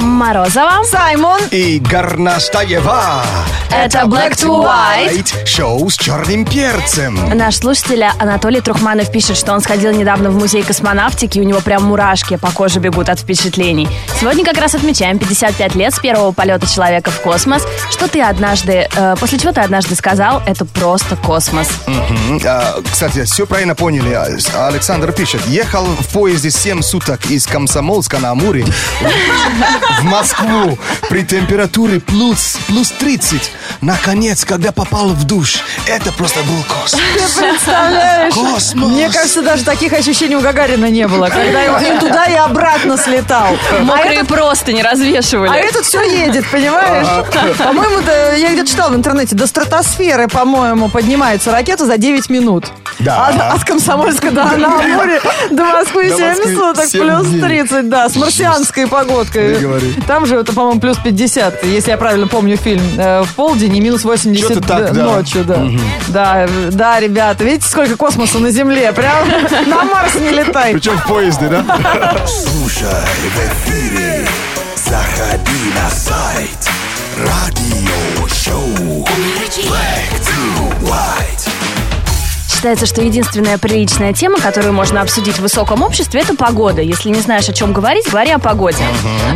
Морозова. Саймон. И Горнастаева. Это Black to White. Шоу с черным перцем. Наш слушатель Анатолий Трухманов пишет, что он сходил недавно в музей космонавтики, и у него прям мурашки по коже бегут от впечатлений. Сегодня как раз отмечаем 55 лет с первого полета человека в космос. Что ты однажды, э, после чего ты однажды сказал, это просто космос. Мгм. А, Кстати, все правильно поняли. А, Александр пишет. Ехал в поезде 7 суток из Комсомолска на Амуре в Москву при температуре плюс, плюс 30. Наконец, когда попал в душ, это просто был космос. Представляешь? Космос. Мне кажется, даже таких ощущений у Гагарина не было, когда он и туда, и обратно слетал. Мокрые просто не развешивали. А этот все едет, понимаешь? А, По-моему, да, я где-то читал в интернете, до стратосферы, по-моему, поднимается ракета за 9 минут. А Да. От, от Комсомольска до Амуре до Москвы До 7 Москвы суток, семь плюс дней. 30, да, с марсианской погодкой. Не говори. Там же, это, по-моему, плюс 50, если я правильно помню фильм, э, в полдень и минус 80 Чё-то так, д- да. ночью, да. Да, э, да, ребята, видите, сколько космоса на Земле, прям на Марс не летай. Причем в поезде, да? Слушай в эфире, заходи на сайт Радио Шоу Black to White Считается, что единственная приличная тема, которую можно обсудить в высоком обществе, это погода. Если не знаешь, о чем говорить, говори о погоде.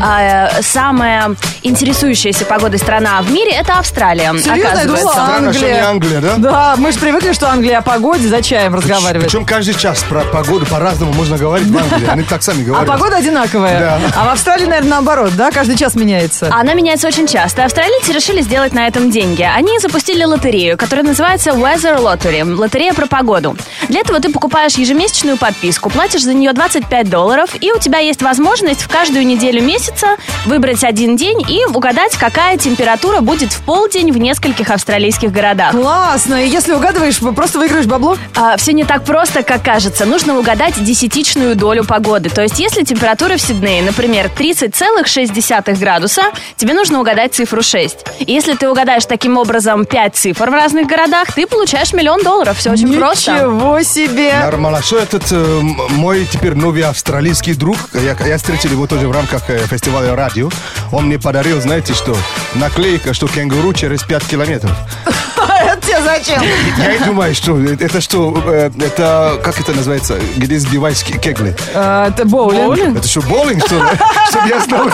А, э, самая интересующаяся погодой страна в мире это Австралия. Серьезно, я оказывается. думала, Странно, что не Англия. Англия, да? Да, мы же привыкли, что Англия о погоде за чаем разговаривает. Причем каждый час про погоду по-разному можно говорить в Англии. Они так сами А говорят. погода одинаковая. Да. А в Австралии, наверное, наоборот, да? Каждый час меняется. Она меняется очень часто. Австралийцы решили сделать на этом деньги. Они запустили лотерею, которая называется Weather Lottery. Лотерея про погоду. Для этого ты покупаешь ежемесячную подписку, платишь за нее 25 долларов, и у тебя есть возможность в каждую неделю месяца выбрать один день и угадать, какая температура будет в полдень в нескольких австралийских городах. Классно. И если угадываешь, просто выиграешь бабло. все А, не так просто, как кажется. Нужно угадать десятичную долю погоды. То есть, если температура в Сиднее, например, 30,6 градуса, тебе нужно угадать цифру 6. И Если ты угадаешь таким образом 5 цифр в разных городах, ты получаешь миллион долларов. Все очень просто. Ничего себе. Нормально. Что этот э, м- мой теперь новый австралийский друг, я, я встретил его тоже в рамках э, фестиваля радио, он мне подарил, знаете что, наклейка, что кенгуру через 5 километров. Это тебе зачем? Я и думаю, что э, это что, э, это, как это называется, где сбиваешь ке- кегли? А, Это боулинг. Это что, боулинг, что ли? Чтобы я знал,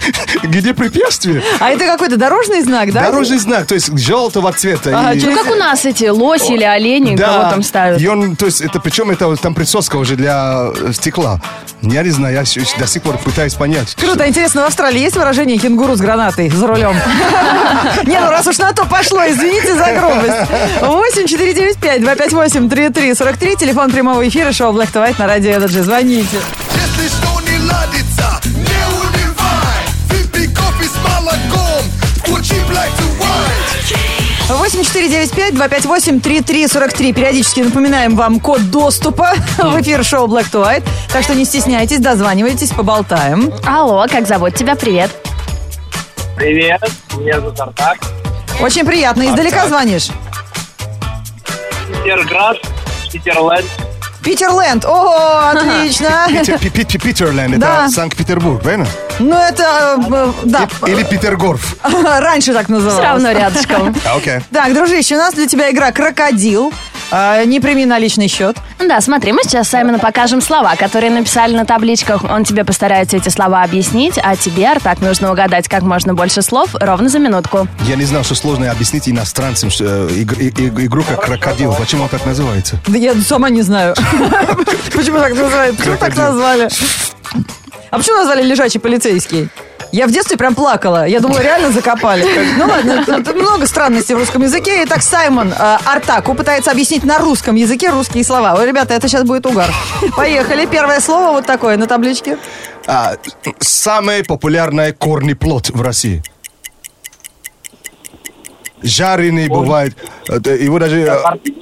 где препятствие? А это какой-то дорожный знак, да? Дорожный знак, то есть желтого цвета. Ага, и- через- Ну, как у нас эти лоси или олени, кого там ставят. И он, то есть, это причем это вот там присоска уже для э, стекла. Я не знаю, я щ- до сих пор пытаюсь понять. Круто, интересно, в Австралии есть выражение «кенгуру с гранатой за рулем»? Не, ну раз уж на то пошло, извините за грубость. 8 495 258 3343 телефон прямого эфира, шоу Black to White на радио Energy. Звоните. Если что не ладится, не унывай Выпей кофе с молоком, включи Black to White 8495-258-3343. Периодически напоминаем вам код доступа в эфир шоу Black to White. Так что не стесняйтесь, дозванивайтесь, поболтаем. Алло, как зовут тебя? Привет. Привет, меня зовут Артак. Очень приятно. Издалека звонишь. Питерград, Питерленд. Питерленд. О, отлично. Питер- Пи- Пи- Пи- Питерленд, Да. это Санкт-Петербург, правильно? Ну, это, э, да, Или Петергорф. раньше так Все называлось. равно рядышком. А, Окей. Так, дружище, у нас для тебя игра «Крокодил». А, Не прими наличный счет. Да, смотри, мы сейчас Саймону покажем слова, которые написали на табличках. Он тебе постарается эти слова объяснить, а тебе, Артак, нужно угадать как можно больше слов ровно за минутку. Я не знал, что сложно объяснить иностранцам что, э, игр- и- и- игру как крокодил. Почему она так называется? Да я сама не знаю. Почему так называют? Почему так Крокодил. назвали? А почему назвали лежачий полицейский? Я в детстве прям плакала. Я думала, реально закопали. Ну ладно, тут много странностей в русском языке. Итак, Саймон э, Артаку пытается объяснить на русском языке русские слова. Ой, ребята, это сейчас будет угар. Поехали. Первое слово вот такое на табличке. А, самый популярный корнеплод в России. Жареный бывает. э, да, Его даже э,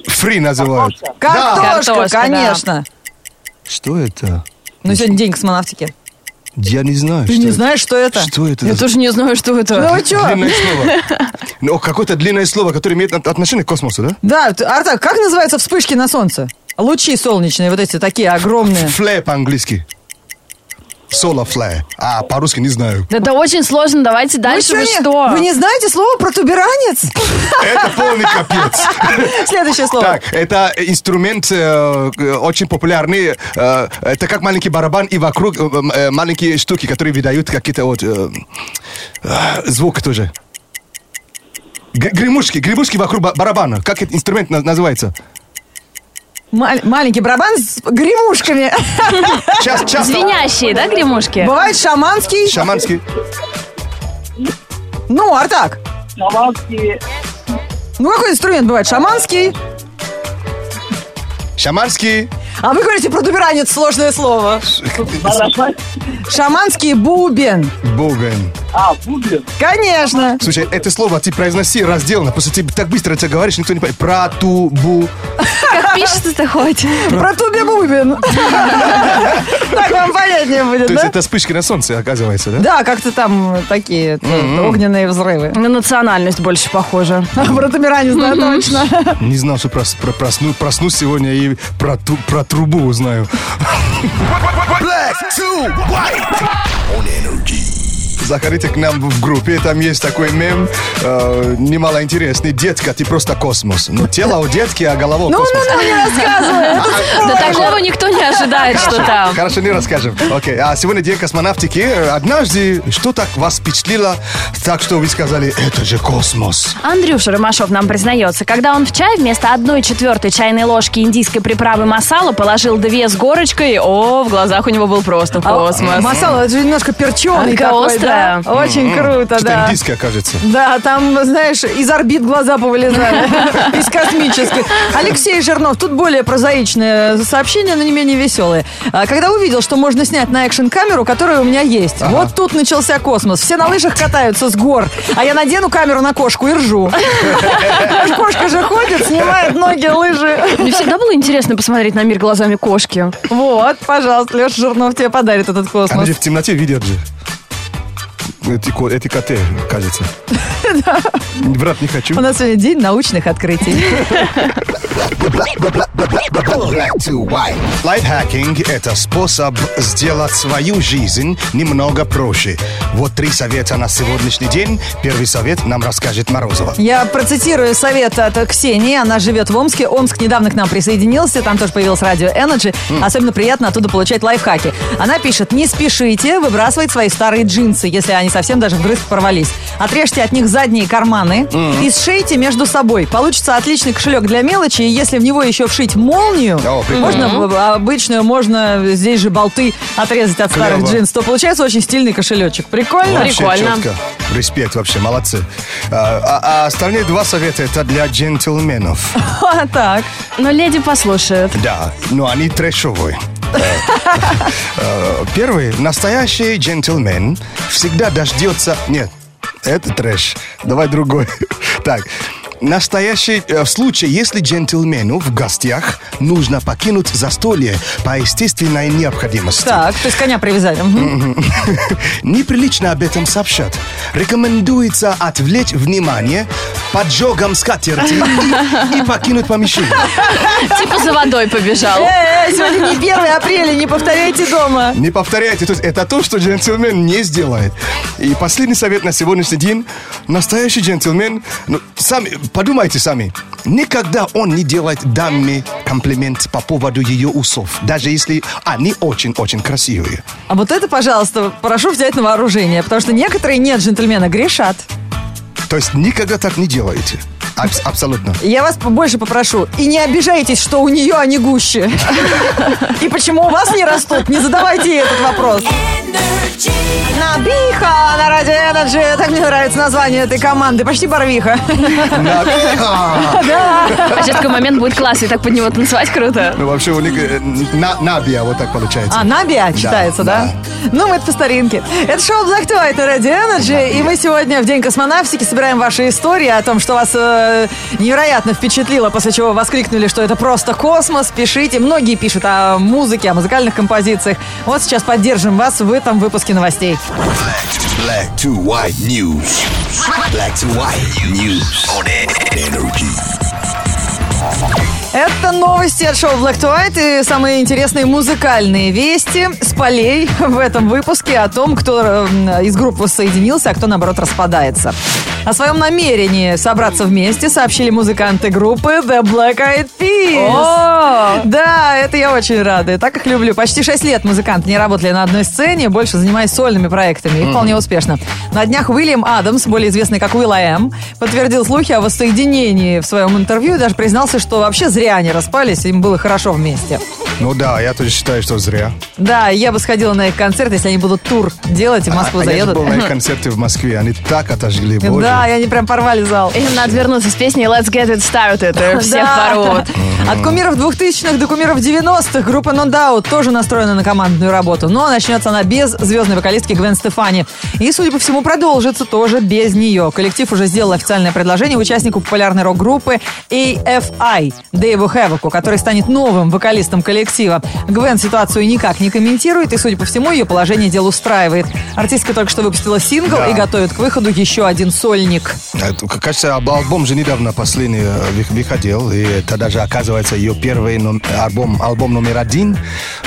фри называют. Да. Картошка, Картошка, да. конечно. Что это? Ну сегодня день космонавтики. Я не знаю. Ты что не это. знаешь, что это? Что это? за- тоже не знаю, что Ну это. вы чё? Длинное слово. Ну, какое-то длинное слово, которое имеет от- отношение к космосу, да? Да, т- Артак, как называются вспышки на солнце? Лучи солнечные, вот эти такие огромные. Флэ по-английски. Солофле. А по-русски не знаю. Это очень сложно, давайте дальше. А Вы не- что? Вы не знаете слово протуберанец? Это полный капец. Следующее слово. Так, это инструмент э, э, очень популярный. э, это как маленький барабан и вокруг э, э, маленькие штуки, которые выдают какие-то вот э, э, звук тоже. Г- Гремушки, гремушки вокруг ба- барабана. Как этот инструмент на- называется? Маль- Маленький барабан с гремушками. Час, часто. Звенящие, да, гремушки? Бывает шаманский. Шаманский. Ну, Артак. Шаманский, Ну, какой инструмент бывает? Шаманский. Шаманский. А вы говорите протуберанец, сложное слово. барабан. Шаманский бубен. Бубен. А, бубен. Конечно. Слушай, это слово ты произноси разделно, просто ты так быстро это говоришь, никто не понимает. Про ту бу. Как пишется-то хоть? Протубебубен. Так вам понятнее будет, То есть да? это вспышки на солнце, оказывается, да? Да, как-то там такие т- огненные взрывы. На национальность больше похоже. Протуберанец, да, точно. Не знал, что прос- про- просну- проснусь сегодня и про, ту- про трубу узнаю. Black to white. On energy. Заходите к нам в группе, там есть такой мем, э, немало интересный. Детка, ты просто космос. Но тело у детки, а голова Ну, у космоса. не рассказывай. Да такого никто не ожидает, что там. Хорошо, не расскажем. Окей, а сегодня день космонавтики. Э, Однажды что так вас впечатлило, так что вы сказали, это же космос. Андрюша Ромашов нам признается, когда он в чай вместо одной четвертой чайной ложки индийской приправы масала положил две с горочкой, о, в глазах у него был просто космос. Масала, это же немножко перченый Такая такой, острая. да? Очень круто, Что-то да. индийское, кажется. Да, там, знаешь, из орбит глаза повылезали, из космических. Алексей Жирнов, тут более прозаичное сообщение, но не менее веселое. А, Когда увидел, что можно снять на экшн-камеру, которая у меня есть. Вот тут начался космос. Все на лыжах катаются с гор, а я надену камеру на кошку и ржу. Кошка же ходит, снимает ноги, лыжи. Мне всегда было интересно посмотреть на мир глазами кошки. Вот, пожалуйста, Леша Жирнов тебе подарит этот Они космос. же в темноте видят же. Эти, ко- эти коты, кажется. Брат, не хочу. У нас сегодня день научных открытий. Black to white. Лайфхакинг – это способ сделать свою жизнь немного проще. Вот три совета на сегодняшний день. Первый совет нам расскажет Морозова. Я процитирую совет от Ксении. Она живет в Омске. Омск недавно к нам присоединился. Там тоже появилось радио Energy. Хм. Особенно приятно оттуда получать лайфхаки. Она пишет, не спешите выбрасывать свои старые джинсы, если они совсем даже вдрызг порвались. Отрежьте от них задние карманы и сшейте между собой. Получится отличный кошелек для мелочи. И если в него еще вшить молнию, О, прикольно. можно в- обычную, можно здесь же болты отрезать от старых Клево. джинс, то получается очень стильный кошелечек. Прикольно? Вообще четко. Респект вообще, молодцы. А, а- а остальные два совета – это для джентльменов. Так. Но леди послушают. Да, но они трэшовые. Э, э, Первый. Настоящий джентльмен всегда дождется... Нет, это трэш. Давай другой. Так. Настоящий э, в случае, если джентльмену в гостях нужно покинуть застолье по естественной необходимости. Так, то есть коня привязали. Мгм. Неприлично об этом сообщат. Рекомендуется отвлечь внимание поджогом скатерти и- и покинуть помещение. Типа за водой побежал. Э, э, Сегодня не 1 апреля, не повторяйте дома. Не повторяйте. То есть это то, что джентльмен не сделает. И последний совет на сегодняшний день. Настоящий джентльмен, ну, сами, подумайте сами, никогда он не делает даме комплимент по поводу ее усов, даже если они очень-очень красивые. А вот это, пожалуйста, прошу взять на вооружение, потому что некоторые нет джентльмена грешат. То есть никогда так не делайте. Абс- абсолютно. Я вас больше попрошу. И не обижайтесь, что у нее они гуще. И почему у вас не растут? Не задавайте ей этот вопрос. Набиха на радио Energy. Так мне нравится название этой команды. Почти Барвиха. Набиха! А сейчас такой момент будет классный, так под него танцевать круто. Ну, вообще у них э, на- Набия вот так получается. А, Набиа читается, да? Ну, мы это по старинке. Это шоу Black to White на Radio Energy, и мы сегодня в День космонавтики собираем ваши истории о том, что вас э, невероятно впечатлило, после чего воскликнули, что это просто космос. Пишите. Многие пишут о музыке, о музыкальных композициях. Вот сейчас поддержим вас в этом выпуске новостей. Black to white news. Black to white news. On e- energy. Это новости от шоу Black to White и самые интересные музыкальные вести с полей в этом выпуске о том, кто э, из групп воссоединился, а кто, наоборот, распадается. О своем намерении собраться вместе сообщили музыканты группы The Black Eyed Peas. Да, это я очень рада. Я так их люблю. Почти 6 лет музыканты не работали на одной сцене, больше занимаясь сольными проектами. И вполне успешно. На днях Уильям Адамс, более известный как Уилл М, подтвердил слухи о воссоединении в своем интервью и даже признался, что вообще зря они распались, им было хорошо вместе. Ну да, я тоже считаю, что зря. Да, я бы сходила на их концерт, если они будут тур делать и в Москву А я же заедут. был на их концерте в Москве, они так отожгли, боже. Да, и они прям порвали зал. Им надо вернуться с песней Let's Get It Started. и Всех Да. порвут. От кумиров 2000-х до кумиров 90-х группа No Doubt тоже настроена на командную работу. Но начнется она без звездной вокалистки Гвен Стефани. И, судя по всему, продолжится тоже без нее. Коллектив уже сделал официальное предложение участнику популярной рок-группы AFI Дэйву Хэвоку, который станет новым вокалистом коллектива. Гвен ситуацию никак не комментирует, и, судя по всему, ее положение дел устраивает. Артистка только что выпустила сингл Да. и готовит к выходу еще один сольник. А, Это, к- Кажется, об- альбом же недавно последний э, вы- выходил, и это даже, оказывается, ее первый ном- альбом, альбом номер один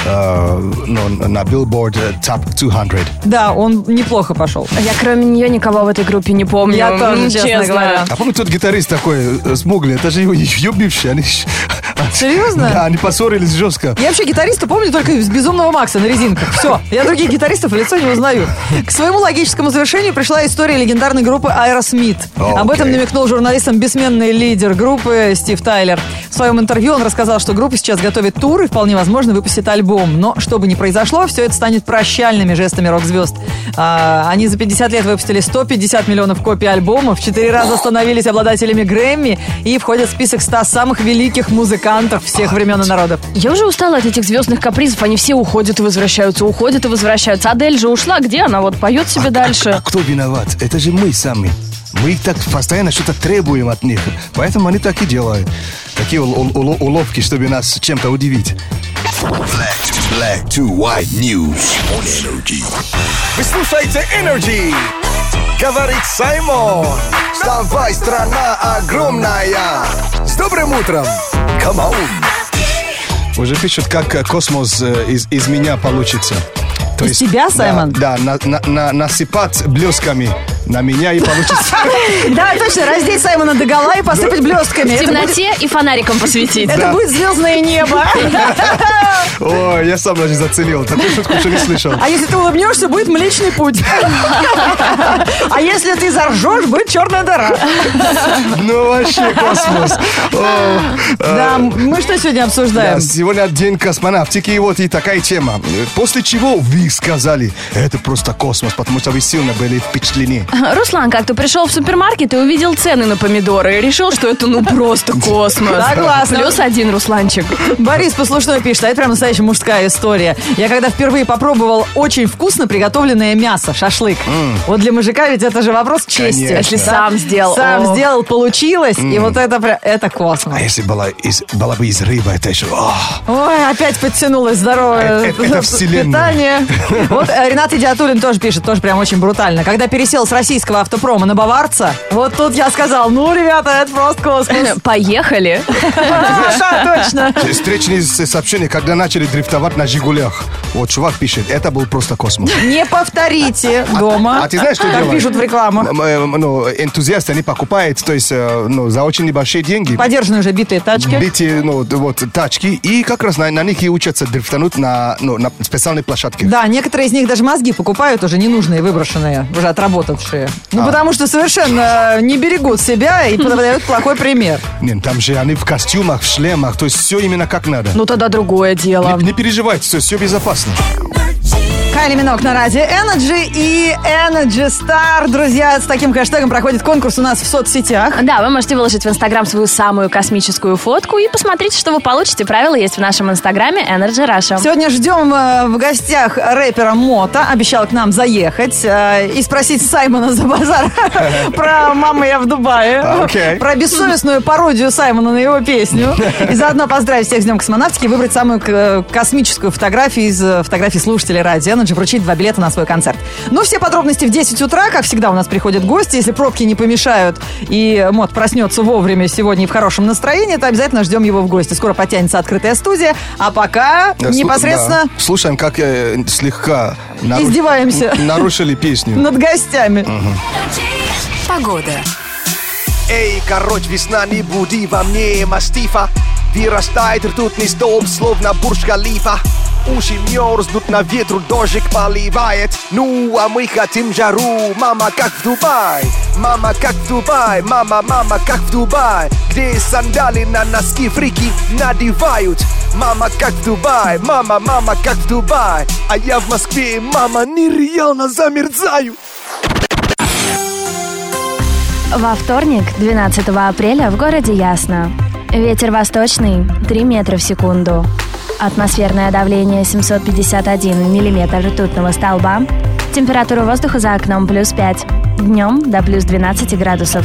э, ну, на Billboard э, Top 200. Да, он неплохо пошел. Я кроме нее никого в этой группе не помню. Я тоже, М, честно говоря. А помню, тот гитарист такой э, смуглый, это же его, ее бывший. Они, ж- Серьезно? Да, они поссорились жестко. Я вообще гитариста помню только из «Безумного Макса» на резинках. Все, я других гитаристов в лицо не узнаю. К своему логическому завершению пришла история легендарной группы Aerosmith. Окей. Об этом намекнул журналистам бессменный лидер группы Стив Тайлер. В своем интервью он рассказал, что группа сейчас готовит тур и вполне возможно выпустит альбом. Но что бы ни произошло, все это станет прощальными жестами рок-звезд. А, они за 50 лет выпустили 150 миллионов копий альбомов, в 4 раза становились обладателями Грэмми и входят в список 100 самых великих музыкантов всех времен и народов. Я уже устала от этих звездных капризов. Они все уходят и возвращаются, уходят и возвращаются. Адель же ушла. Где она? Вот поет себе А дальше. кто виноват? Это же мы сами. Мы так постоянно что-то требуем от них. Поэтому они так и делают. Такие ул- ул- уло- уловки, чтобы нас чем-то удивить. Black to, black to white news on energy. Вы слушаете Energy. Говорит Саймон. Вставай, страна огромная. С добрым утром. Come on. Уже пишут, как э, космос э, из, из меня получится. То Из тебя, Саймон? Да, да, на- на- на- насыпать блесками на меня и получится. Да, точно, раздеть Саймона до гола и посыпать блестками. В Это будет, темноте и фонариком посветить. это будет звездное небо. Ой, я сам даже заценил. Такую шутку еще не слышал. А если ты улыбнешься, будет Млечный Путь. А если ты заржешь, будет черная дыра. Ну вообще космос. О, э, Да, мы что сегодня да, обсуждаем? Сегодня день космонавтики, и вот и такая тема. После чего вы сказали, это просто космос, потому что вы сильно были впечатлены. Руслан как-то пришел в супермаркет и увидел цены на помидоры и решил, что это ну просто космос. Согласна. Плюс один Русланчик. Борис Послушной пишет, а это прям настоящая мужская история. Я когда впервые попробовал очень вкусно приготовленное мясо, шашлык. Вот для мужика ведь это же вопрос чести. Конечно. Если сам сделал. Сам О. сделал, получилось, и вот это прям, это космос. А если была, из, была бы из рыбы, это еще... ах. Ой, опять подтянулось Э, здоровое э, это вселенная. питание. Вот э, Ренат Идиатулин тоже пишет, тоже прям очень брутально. Когда пересел с российского автопрома на баварца, вот тут я сказал, ну, ребята, это просто космос. Поехали. Ша, точно. Встречные с- сообщения, когда начали дрифтовать на «Жигулях». Вот чувак пишет, это был просто космос. Не повторите дома. А ты знаешь, что Как делают? пишут в рекламах. М- м- Ну, энтузиасты, они покупают, то есть, э, ну, за очень небольшие деньги. Подержаны уже битые тачки. Битые, ну, д- вот, тачки, и как раз на, на них и учатся дрифтануть на, ну, на специальной площадке. Да, некоторые из них даже мозги покупают уже ненужные, выброшенные, уже отработавшие. А. Ну, потому что совершенно не берегут себя и подают плохой пример. Нет, там же они в костюмах, в шлемах, то есть все именно как надо. Ну тогда другое дело. Не, не переживайте, все, все безопасно. Кайли Минок на радио Energy и Energy Star. Друзья, с таким хэштегом проходит конкурс у нас в соцсетях. Да, вы можете выложить в Инстаграм свою самую космическую фотку и посмотрите, что вы получите. Правила есть в нашем Инстаграме Energy Russia. Сегодня ждем э, в гостях рэпера Мота. Обещал к нам заехать э, и спросить Саймона за базар про «Мама, я в Дубае». Окей. Про бессовестную пародию Саймона на его песню. И заодно поздравить всех с Днем космонавтики и выбрать самую э, космическую фотографию из э, фотографий слушателей радио Energy также вручить два билета на свой концерт. Но все подробности в 10 утра. Как всегда, у нас приходят гости. Если пробки не помешают и мод проснется вовремя сегодня и в хорошем настроении, то обязательно ждем его в гости. Скоро потянется открытая студия. А пока Да, слу- непосредственно да. Слушаем, как э, слегка наруш- Издеваемся. н- нарушили песню. над гостями. Погода. Эй, короче, весна, не буди во мне мастифа Вырастает ртутный столб, словно бурж-халифа Уши мерзнут, на ветру дождик поливает Ну, а мы хотим жару, мама, как в Дубай Мама, как в Дубай, мама, мама, как в Дубай Где сандали на носки фрики надевают Мама, как в Дубай, мама, мама, как в Дубай А я в Москве, мама, нереально замерзаю Во вторник, 12 апреля, в городе Ясно. Ветер восточный 3 метра в секунду. Атмосферное давление 751 миллиметр ртутного столба. Температура воздуха за окном плюс 5. Днем до плюс 12 градусов.